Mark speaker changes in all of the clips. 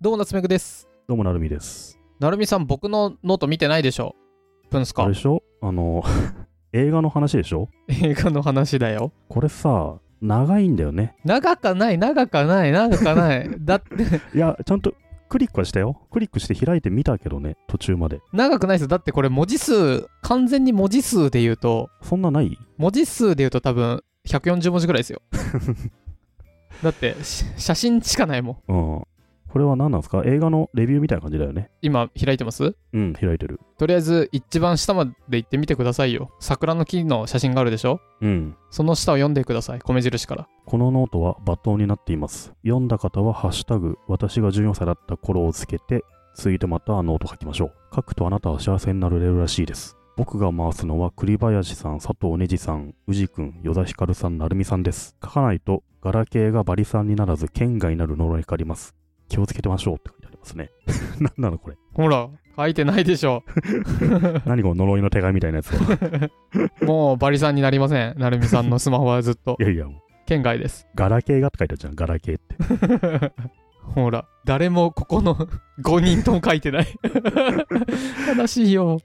Speaker 1: どうも、夏目くです。
Speaker 2: どうもなるみです。
Speaker 1: なるみさん、僕のノート見てないでしょプンス
Speaker 2: あ
Speaker 1: か
Speaker 2: れで。しょあの、 映画の話でしょ
Speaker 1: 映画の話だよ。
Speaker 2: これさ、長いんだよね。
Speaker 1: 長かない、長かない、長かない。 だって、
Speaker 2: いや、ちゃんとクリックはしたよ。クリックして開いてみたけどね、途中まで。
Speaker 1: 長くないですよ。だってこれ文字数、完全に文字数で言うと、
Speaker 2: そんなない
Speaker 1: 文字数で言うと多分140文字ぐらいです よ。だって、し写真しかないもん。
Speaker 2: うん。これは何なんですか映画のレビューみたいな感じだよね。
Speaker 1: 今、開いてます
Speaker 2: うん、開いてる。
Speaker 1: とりあえず、一番下まで行ってみてくださいよ。桜の木の写真があるでしょ
Speaker 2: うん。
Speaker 1: その下を読んでください。米印から。
Speaker 2: このノートは罵倒になっています。読んだ方は、ハッシュタグ、私が14歳だった頃をつけて、ツイートまたはノート書きましょう。書くとあなたは幸せになれるらしいです。僕が回すのは栗林さん、佐藤ねじさん、宇治くん、与田ヒカルさん、なるみさんです。書かないと、ガラケーがバリさんにならず、県外になる呪いがかかります。気をつけてましょうって書いてありますね。 なんなのこれ。
Speaker 1: ほら、書いてないでし ょ。
Speaker 2: 何この呪いの手紙みたいなやつは。
Speaker 1: もうバリさんになりません。なるみさんのスマホはずっと
Speaker 2: いやいや、もう
Speaker 1: 県外です。
Speaker 2: ガラケーがって書いてあるじゃん、ガラケーって。
Speaker 1: ほら、誰もここの 5人とも書いてない。悲しいよ。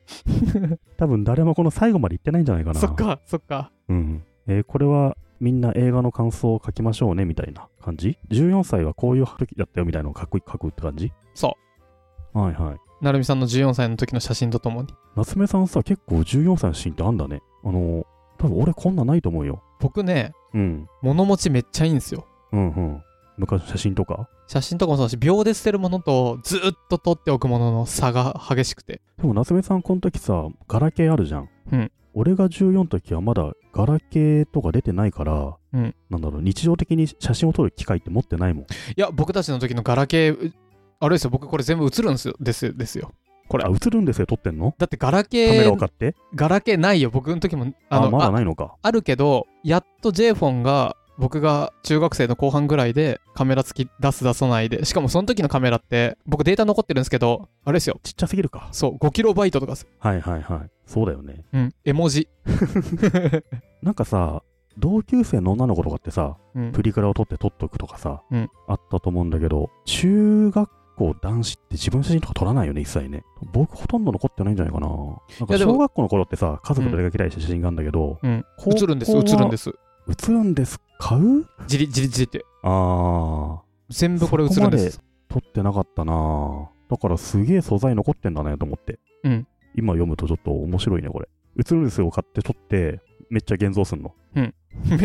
Speaker 2: 多分誰もこの最後まで言ってないんじゃないかな。
Speaker 1: そっか、そっか。
Speaker 2: うんえーこれはみんな映画の感想を書きましょうねみたいな感じ ?14 歳はこういう時だったよみたいなのをかっこいい書くって感じ。
Speaker 1: そう
Speaker 2: はいはい。
Speaker 1: なるみさんの14歳の時の写真とともに。
Speaker 2: 夏目さんさ、結構14歳のシーンってあんだね。あのー、多分俺こんなないと思うよ。
Speaker 1: 僕ね、
Speaker 2: うん。
Speaker 1: 物持ちめっちゃいいんですよ。
Speaker 2: うんうん。昔の写真とか
Speaker 1: 写真とかもそうだし、秒で捨てるものとずっと撮っておくものの差が激しくて。
Speaker 2: でも夏目さんこの時さ、ガラケーあるじゃん。
Speaker 1: うん
Speaker 2: 俺が14の時はまだガラケーとか出てないから、
Speaker 1: うん
Speaker 2: なんだろう、日常的に写真を撮る機会って持ってないもん。
Speaker 1: いや、僕たちの時のガラケー、あれですよ、僕これ全部映るんですよ。ですよ、ですよ。これ
Speaker 2: あ、。映るんですよ、撮ってんの
Speaker 1: だってガラ
Speaker 2: カメ
Speaker 1: ケ
Speaker 2: ラを
Speaker 1: ー、
Speaker 2: 買って、
Speaker 1: ガラケーないよ。僕の時も、あの、
Speaker 2: あ、ま
Speaker 1: あ
Speaker 2: だないのか。
Speaker 1: あるけどやっと j フォンが僕が中学生の後半ぐらいでカメラ付き出す出さないでしかもその時のカメラって僕データ残ってるんですけどあれですよ
Speaker 2: ちっちゃすぎるか。
Speaker 1: そう5キロバイトとかです
Speaker 2: はいはいはい。そうだよね。
Speaker 1: うん絵文字
Speaker 2: なんかさ、同級生の女の子とかってさ、
Speaker 1: うん
Speaker 2: プリクラを撮って撮っとくとかさ、
Speaker 1: うん
Speaker 2: あったと思うんだけど、中学校男子って自分の写真とか撮らないよね、一切ね。僕ほとんど残ってないんじゃないかな。なん
Speaker 1: い
Speaker 2: か
Speaker 1: やでも
Speaker 2: 小学校の頃ってさ、家族と出かけたりした写真があるんだけど、
Speaker 1: うん
Speaker 2: 高校は
Speaker 1: 映るんです映るんです
Speaker 2: 映るんです買う
Speaker 1: じりじりじりって
Speaker 2: あ
Speaker 1: 全部これ映るんです
Speaker 2: ー、撮ってなかったなだからすげえ素材残ってんだねと思って。
Speaker 1: うん
Speaker 2: 今読むとちょっと面白いね、これ。映るんですよ買って撮って、めっちゃ現像すんの。
Speaker 1: め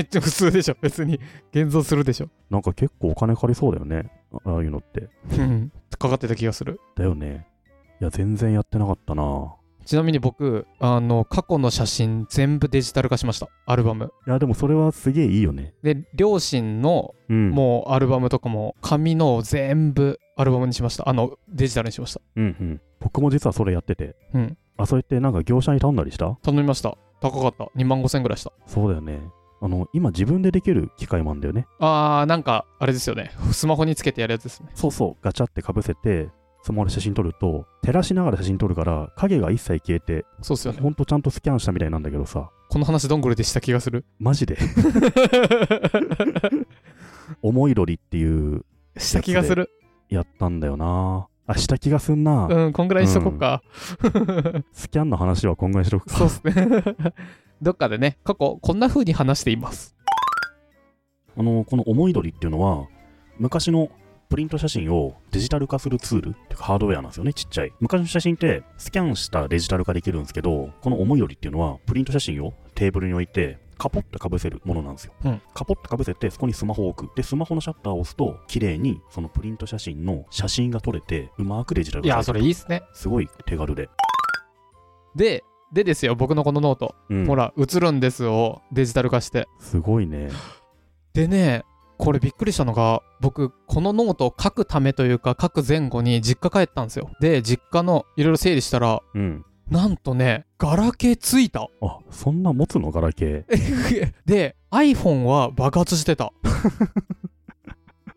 Speaker 1: っちゃ普通でしょ別に現像するでしょ
Speaker 2: なんか結構お金かかりそうだよね。あああいうのって。
Speaker 1: うんかかってた気がする
Speaker 2: だよね。いや、全然やってなかったな。
Speaker 1: ちなみに僕あの過去の写真全部デジタル化しましたアルバム
Speaker 2: いや、でもそれはすげえいいよね。
Speaker 1: で両親の
Speaker 2: うん。
Speaker 1: もうアルバムとかも紙のを全部アルバムにしましたあのデジタルにしました
Speaker 2: う。うんうん。僕も実はそれやってて。
Speaker 1: うん
Speaker 2: あ、それってなんか業者に頼んだりした
Speaker 1: 頼みました高かった2万5千ぐらいした
Speaker 2: そうだよね。あの、今自分でできる機械もあんだよね。
Speaker 1: あーなんかあれですよねスマホにつけてやるやつですね
Speaker 2: そうそう、ガチャってかぶせて、スマホで写真撮ると、照らしながら写真撮るから、影が一切消えて、
Speaker 1: そうっすよね
Speaker 2: ほんとちゃんとスキャンしたみたいなんだけどさ、
Speaker 1: この話どんぐりでした気がす る
Speaker 2: マジで、思いどりっていう、
Speaker 1: した気がする
Speaker 2: やったんだよな。あ、した気がすんな。
Speaker 1: うんこんぐらいにしとこっか、
Speaker 2: スキャンの話はこんぐらいにしとくか。
Speaker 1: そうっすねどっかでね過去こんな風に話しています
Speaker 2: あのこの思いどりっていうのは昔のプリント写真をデジタル化するツールっていうかハードウェアなんですよねちっちゃい昔の写真ってスキャンしたデジタル化できるんですけどこの思いどりっていうのはプリント写真をテーブルに置いてカポッとかぶせるものなんですよ、
Speaker 1: うん
Speaker 2: カポッとかぶせてそこにスマホを置くでスマホのシャッターを押すと綺麗にそのプリント写真の写真が撮れてうまくデジタル
Speaker 1: い
Speaker 2: 化
Speaker 1: や
Speaker 2: さ
Speaker 1: そ
Speaker 2: れ
Speaker 1: れ
Speaker 2: て
Speaker 1: いい
Speaker 2: る
Speaker 1: っすね
Speaker 2: すごい手軽で、
Speaker 1: ででですよ僕のこのノート、
Speaker 2: うん
Speaker 1: ほら映るんですをデジタル化して
Speaker 2: すごいね
Speaker 1: でねこれびっくりしたのが僕このノートを書くためというか書く前後に実家帰ったんですよで実家のいろいろ整理したら
Speaker 2: うん
Speaker 1: なんとねガラケーついた
Speaker 2: あそんな持つのガラケー
Speaker 1: で iPhone は爆発してた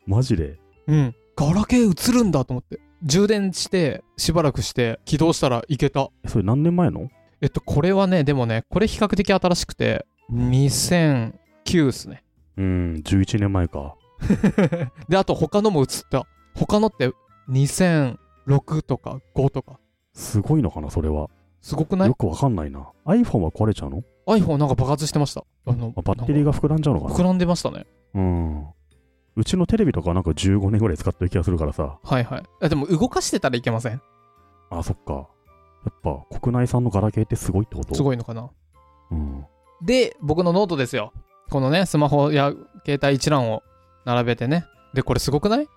Speaker 2: マジで
Speaker 1: うんガラケー映るんだと思って充電してしばらくして起動したらいけた
Speaker 2: えそれ何年前の
Speaker 1: えっとこれはねでもねこれ比較的新しくて2009っすね
Speaker 2: うん11年前か
Speaker 1: であと他のも映った他のって2006とか5とか。
Speaker 2: すごいのかな、それは。
Speaker 1: すごくない
Speaker 2: よくわかんないな。iPhone は壊れちゃうの
Speaker 1: ?iPhone なんか爆発してました。あの
Speaker 2: あバッテリー
Speaker 1: が
Speaker 2: が膨らんじゃうのか
Speaker 1: 膨らんでましたね。
Speaker 2: な。うん。うちのテレビとかなんか15年ぐらい使ってる気がするからさ。
Speaker 1: はいはい。あでも動かしてたらいけません。
Speaker 2: あ、そっか。やっぱ国内産のガラケーってすごいってこと
Speaker 1: すごいのかな。
Speaker 2: うん。
Speaker 1: で、僕のノートですよ。このね、スマホや携帯一覧を並べてね。で、これすごくない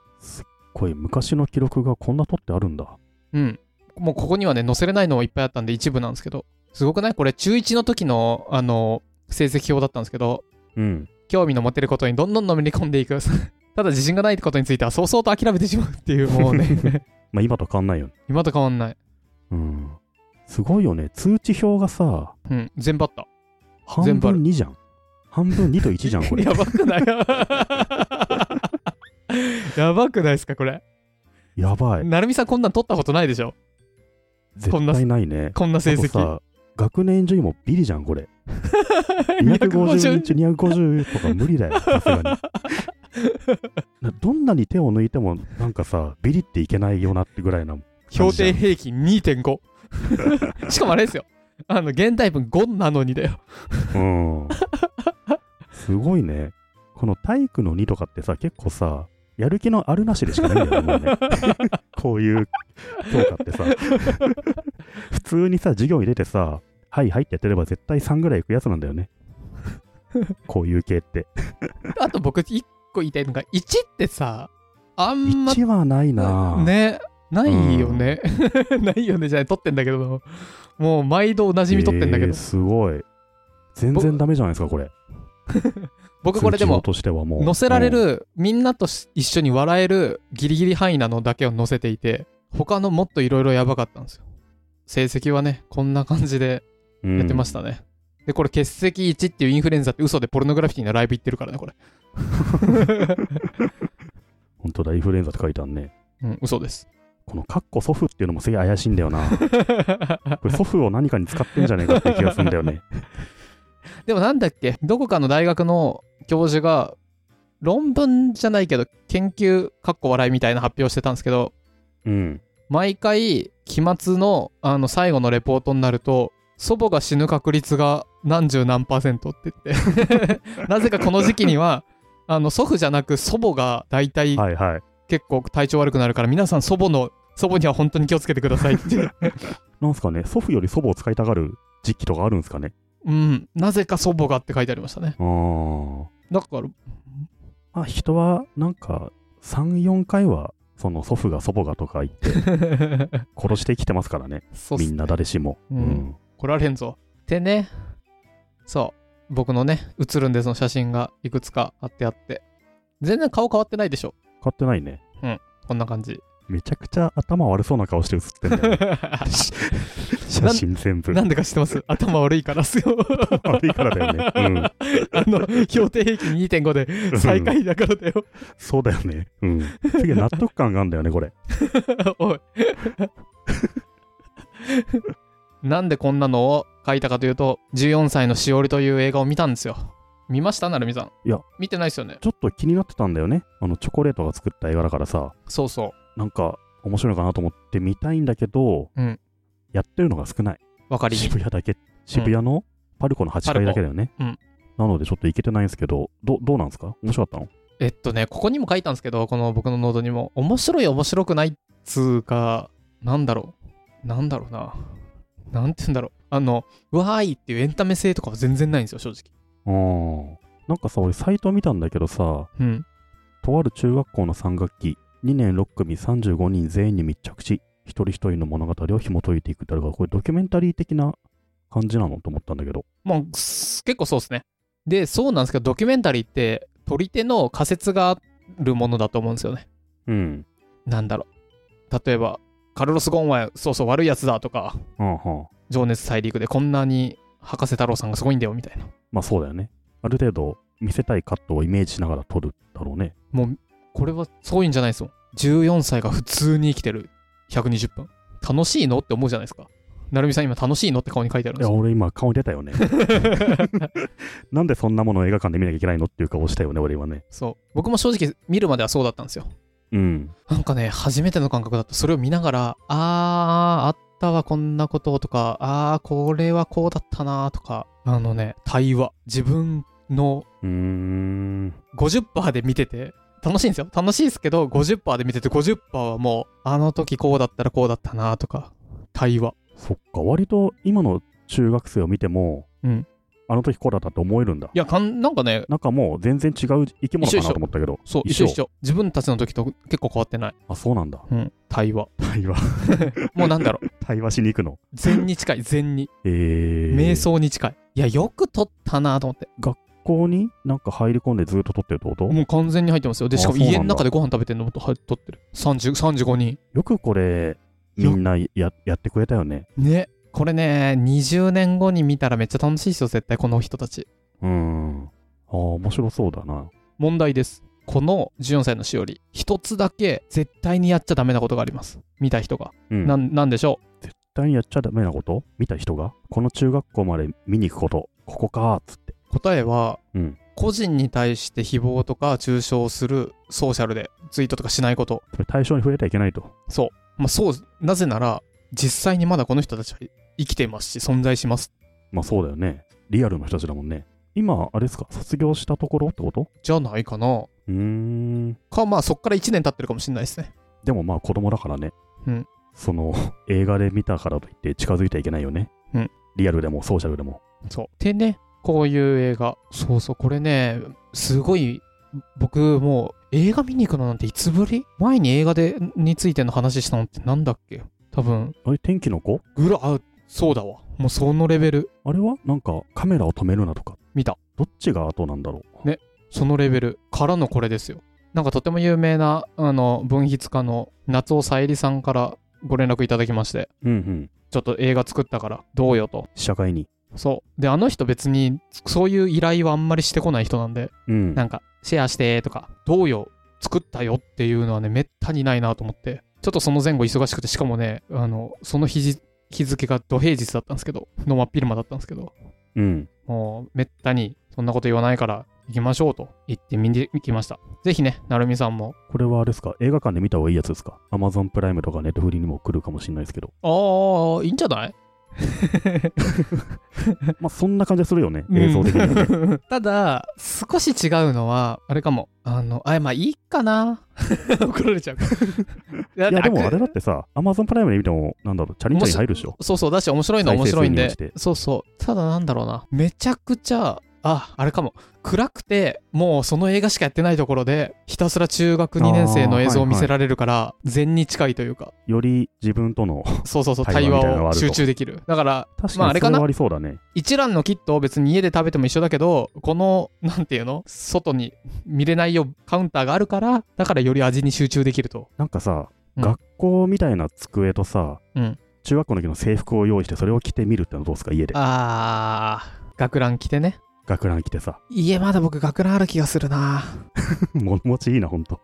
Speaker 2: これ昔の記録がこんなとってあるんだ。
Speaker 1: うん。もうここにはね、載せれないのもいっぱいあったんで一部なんですけど。すごくないこれ中1の時の、あの、成績表だったんですけど、
Speaker 2: うん。
Speaker 1: 興味の持てることにどんどんのめり込んでいく。 ただ自信がないことについては早々と諦めてしまうっていう、もうね、
Speaker 2: まあ今と変わんないよね。
Speaker 1: 今と変わんない。
Speaker 2: うん。すごいよね。通知表がさ、
Speaker 1: うん、全部あった。
Speaker 2: 半
Speaker 1: 全部ある
Speaker 2: 分2じゃん。半分2と1じゃん、 これ。
Speaker 1: やばく ないやばくないですか、これ。
Speaker 2: やばい。
Speaker 1: なるみさん、こんなん取ったことないでしょこん
Speaker 2: 絶
Speaker 1: な
Speaker 2: 対ないね。
Speaker 1: こんな成
Speaker 2: あと
Speaker 1: 績。
Speaker 2: さ学年順位もビリじゃ ん、これ。250
Speaker 1: 250
Speaker 2: 人中250とか無理だ よ、さすがに。などんなに手を抜いても、なんかさ、ビリっていけないよなってぐらいな。
Speaker 1: 評定平均2.5。しかもあれですよ。あの、現代文5なのにだよ。
Speaker 2: うん。すごいね。この体育の2とかってさ、結構さ、やる気のあるなしでしかないんだよね、も うね。こういう教科ってさ。普通にさ、授業に出てさ、はいはいってやってれば絶対3ぐらいいくやつなんだよね。こういう系って。
Speaker 1: あと僕、1個言いたいのが、1ってさ、あんま
Speaker 2: 1はないなぁ。
Speaker 1: ねないよね、 ないよねじゃない撮ってんだけどもう毎度おなじみ撮ってんだけど、
Speaker 2: えーすごい。全然ダメじゃないですか、これ。
Speaker 1: 僕これで
Speaker 2: 通知表
Speaker 1: も
Speaker 2: としてはもう
Speaker 1: 載せられる、みんなとし一緒に笑えるギリギリ範囲なのだけを載せていて他のもっといろいろやばかったんですよ成績はねこんな感じで
Speaker 2: うん
Speaker 1: やってましたね、でこれ欠席1っていうインフルエンザって嘘でポルノグラフィティのライブ行ってるからねこれ、
Speaker 2: 本当だ、インフルエンザって書いてあるね。
Speaker 1: うん、嘘です
Speaker 2: このカッコ祖父っていうのもすげえ怪しいんだよな。 これ祖父を何かに使ってんじゃねえかって気がするんだよ ね。
Speaker 1: でもなんだっけどこかの大学の教授が論文じゃないけど研究かっこ笑いみたいな発表してたんですけど
Speaker 2: うん。
Speaker 1: 毎回期末のあの最後のレポートになると祖母が死ぬ確率が何十何パーセントって言って なぜかこの時期にはあの祖父じゃなく祖母が大体
Speaker 2: はいはい。
Speaker 1: 結構体調悪くなるから皆さん祖母の祖母には本当に気をつけてくださいって
Speaker 2: なんすかね、祖父より祖母を使いたがる時期とかあるんですかね。
Speaker 1: うんなぜか祖母がって書いてありましたね
Speaker 2: あー
Speaker 1: だ から
Speaker 2: まあ人はなんか3、4回はその祖父が祖母がとか言って殺して生きてますからね。
Speaker 1: そうっ
Speaker 2: み
Speaker 1: す
Speaker 2: んな誰しも。
Speaker 1: うん来られんぞ。でね、そう、僕のね、映るんですの写真がいくつか貼ってあって、全然顔変わってないでしょ、
Speaker 2: 買ってないね。
Speaker 1: こんな感じ。
Speaker 2: めちゃくちゃ頭悪そうな顔して写って んだよね写真全部。
Speaker 1: なんでか知ってます頭悪いからっすよ。
Speaker 2: 悪いから だよね。うん。
Speaker 1: あの、標定平均2.5で最下位だからだよ。
Speaker 2: そうだよね。うん。 すげえ納得感があるんだよね、これ。
Speaker 1: おい。なんでこんなのを書いたかというと、14歳のしおりという映画を見たんですよ。見ましたなるみさん。
Speaker 2: いや、
Speaker 1: 見てないですよね。
Speaker 2: ちょっと気になってたんだよね。あの、チョコレートが作った映画だからさ、
Speaker 1: そうそう。
Speaker 2: なんか面白いのかなと思って見たいんだけど、
Speaker 1: うん
Speaker 2: やってるのが少ない。
Speaker 1: わかりに
Speaker 2: 渋谷だけ、渋谷のパルコの8階だけだよね。
Speaker 1: パル
Speaker 2: なのでちょっと行けてないんですけど、どどうなんですか面白かったの
Speaker 1: えっとね、ここにも書いたんですけど、この僕のノートにも、面白い、面白くないっつうか、なんだろう。なんだろうな。なんて言うんだろう。あの、わーいっていうエンタメ性とかは全然ないんですよ、正直。
Speaker 2: うん。なんかさ、俺サイト見たんだけどさ、
Speaker 1: うん。
Speaker 2: とある中学校の3学期、2年6組35人全員に密着し、一人一人の物語を紐解いていくってあるから、これドキュメンタリー的な感じなのと思ったんだけど。
Speaker 1: まあ、す結構そうですね。で、そうなんですけど、ドキュメンタリーって、撮り手の仮説があるものだと思うんですよね。
Speaker 2: うん。
Speaker 1: なんだろう。例えば、カルロス・ゴーンは、そうそう、悪いやつだとか、
Speaker 2: うんうん。
Speaker 1: 情熱大陸でこんなに博士太郎さんがすごいんだよ、みたいな。
Speaker 2: まあそうだよね。ある程度見せたいカットをイメージしながら撮るだろうね。
Speaker 1: もう、これはそういうんじゃないですよ。14歳が普通に生きてる。120分。楽しいのって思うじゃないですか。なるみさん今楽しいのって顔に書いてあるん
Speaker 2: い
Speaker 1: です
Speaker 2: や、
Speaker 1: よ。
Speaker 2: 俺今顔出たよね。 なんでそんなものを映画館で見なきゃいけないのっていう顔したよね、俺今ね。
Speaker 1: そう。僕も正直見るまではそうだったんですよ。
Speaker 2: うん。
Speaker 1: なんかね、初めての感覚だった。それを見ながら、あー、あったわ、こんなこととか、あー、これはこうだったなとか、あのね、対話。自分の
Speaker 2: うーん。
Speaker 1: 50%で見てて、楽しいんですよ。楽しいですけど、50%で見てて、50%はもう、あの時こうだったらこうだったなとか、対話。
Speaker 2: そっか、割と今の中学生を見ても、
Speaker 1: うん
Speaker 2: あの時こうだったって思えるんだ。
Speaker 1: いや、かんなんかね、
Speaker 2: なんかもう全然違う生き物か
Speaker 1: 一緒
Speaker 2: な
Speaker 1: 一緒
Speaker 2: と思ったけど、
Speaker 1: そう、一
Speaker 2: 一緒
Speaker 1: 緒一緒。自分たちの時と結構変わってない。
Speaker 2: あ、そうなんだ。
Speaker 1: うん、対話。
Speaker 2: 対話、
Speaker 1: もうなんだろう。
Speaker 2: 対話しに行くの。
Speaker 1: 禅に近い、禅に。
Speaker 2: えー、
Speaker 1: 瞑想に近い。いや、よく撮ったなと思って。
Speaker 2: ここになんか入り込んでずっと撮ってるってこと、
Speaker 1: もう完全に入ってますよ。で、
Speaker 2: あ
Speaker 1: しかも
Speaker 2: そうなんだ
Speaker 1: 家の中でご飯食べてるのも撮ってる。30 35人。
Speaker 2: よくこれ、み
Speaker 1: よ
Speaker 2: んなややってくれたよね。
Speaker 1: ね。これね、20年後に見たらめっちゃ楽しいですよ、絶対、この人たち。
Speaker 2: うん。ああ、面白そうだな。
Speaker 1: 問題です。この14歳のしおり、一つだけ絶対にやっちゃダメなことがあります。見た人が。
Speaker 2: うん。
Speaker 1: な
Speaker 2: 絶
Speaker 1: んなんでしょ
Speaker 2: 対にやっちゃダメなこと見た人がこの中学校まで見に行くこと。ここかーっつって。
Speaker 1: う答えは、
Speaker 2: うん
Speaker 1: 個人に対して誹謗とか中傷をするソーシャルでツイートとかしないこと。
Speaker 2: それ対象に触れてはいけないと。
Speaker 1: そう。まあ、そう、なぜなら、実際にまだこの人たちは生きていますし、存在します。
Speaker 2: まあそうだよね。リアルの人たちだもんね。今、あれですか、卒業したところってこと
Speaker 1: じゃないかな。
Speaker 2: うーん。
Speaker 1: か、まあ、そっから1年経ってるかもしれないですね。
Speaker 2: でもまあ子供だからね。
Speaker 1: うん
Speaker 2: その、 映画で見たからといって近づいてはいけないよね。
Speaker 1: うん
Speaker 2: リアルでもソーシャルでも。
Speaker 1: そう。でね、こういう映画。そうそう、これね、すごい、僕、もう、映画見に行くのなんていつぶり前に映画でについての話したのってなんだっけ多分、
Speaker 2: あれ、天気の子
Speaker 1: ぐら、あ、そうだわ。もうそのレベル。
Speaker 2: あれはなんかカメラを止めるなとか。
Speaker 1: 見た。
Speaker 2: どっちが後なんだろう。
Speaker 1: ねそのレベルからのこれですよ。なんかとても有名な、あの、文筆家の夏尾さえりさんからご連絡いただきまして、
Speaker 2: うんうん。
Speaker 1: ちょっと映画作ったからどうよと。
Speaker 2: 試写会に。
Speaker 1: そう。で、あの人別にそういう依頼はあんまりしてこない人なんで、
Speaker 2: うん。
Speaker 1: なんかシェアしてとか、どうよ、作ったよっていうのはね、めったにないなと思って、ちょっとその前後忙しくて、しかもね、あの、その日じ日付が土平日だったんですけど、の真っ昼間だったんですけど、
Speaker 2: うん。
Speaker 1: もうめったにそんなこと言わないから行きましょうと言って見に行きました。ぜひね、なるみさんも、
Speaker 2: これはあれですか映画館で見た方がいいやつですか ?Amazon プライムとかネットフリにも来るかもしれないで すけど。
Speaker 1: ああ、いいんじゃない
Speaker 2: まあそんな感じがするよね。映像的にはね。
Speaker 1: ただ、少し違うのは、あれかも。あの、あ、まあいいかな。 怒られちゃうから。
Speaker 2: いやでもあれ
Speaker 1: 楽
Speaker 2: だってさ、Amazon プライムで見ても、なんだろう、チャリンチャリン入るでしょ。
Speaker 1: そうそう、だし面白いのは面白いんで
Speaker 2: 再生数に応。
Speaker 1: そうそう。ただなんだろうな。めちゃくちゃ、あ、あれかも。暗くて、もうその映画しかやってないところで、ひたすら中学2年生の映像を見せられるから、禅に近いというか、
Speaker 2: より自分との、
Speaker 1: そうそうそう、対
Speaker 2: 対話みたいなの
Speaker 1: 話
Speaker 2: が
Speaker 1: を
Speaker 2: あると
Speaker 1: 集中できる。だから、
Speaker 2: 確
Speaker 1: まああ
Speaker 2: か
Speaker 1: れ
Speaker 2: に
Speaker 1: か
Speaker 2: そ
Speaker 1: な
Speaker 2: れはありそうだね。
Speaker 1: 一蘭のキットを別に家で食べても一緒だけどこのなんていうの 外に見れないよカウンターがあるからだからより味に集中できると
Speaker 2: なんかさ、
Speaker 1: うん
Speaker 2: 学校みたいな机とさ、
Speaker 1: うん
Speaker 2: 中学校の時の制服を用意してそれを着てみるってのはどうですか家で
Speaker 1: あー学ラン着てね
Speaker 2: 学ラン着てさ
Speaker 1: 家まだ僕学ランある気がするな
Speaker 2: 物持ちいいなほんと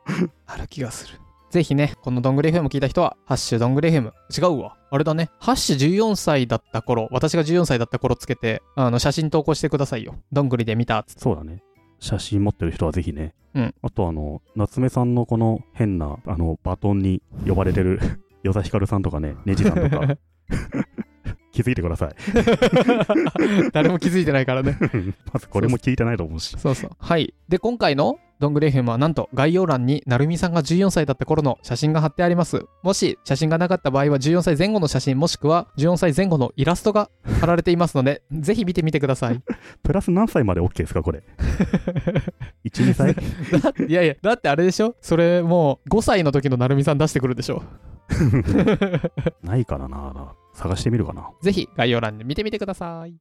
Speaker 1: ある気がするぜひねこのどんぐり FM 聞いた人は「ハッシュどんぐり FM」違うわあれだね「ハッシュ14歳だった頃私が14歳だった頃つけてあの写真投稿してくださいよどんぐりで見たっつって
Speaker 2: そうだね写真持ってる人はぜひね、
Speaker 1: うん
Speaker 2: あとあの夏目さんのこの変なあのバトンに呼ばれてる 与田ヒカルさんとかねねじさ んとか気づいてください
Speaker 1: 誰も気づいてないからね
Speaker 2: まずこれも聞いてないと思うし
Speaker 1: そうそう。はい。で、今回のどんぐり FM はなんと概要欄になるみさんが14歳だった頃の写真が貼ってあります。もし写真がなかった場合は14歳前後の写真もしくは14歳前後のイラストが貼られていますので、ぜひ見てみてください。
Speaker 2: プラス何歳まで OK ですかこれ12歳
Speaker 1: いやいや、だってあれでしょそれもう5歳の時のなるみさん出してくるでしょ
Speaker 2: ないからな探してみるかな
Speaker 1: ぜひ概要欄で見てみてください。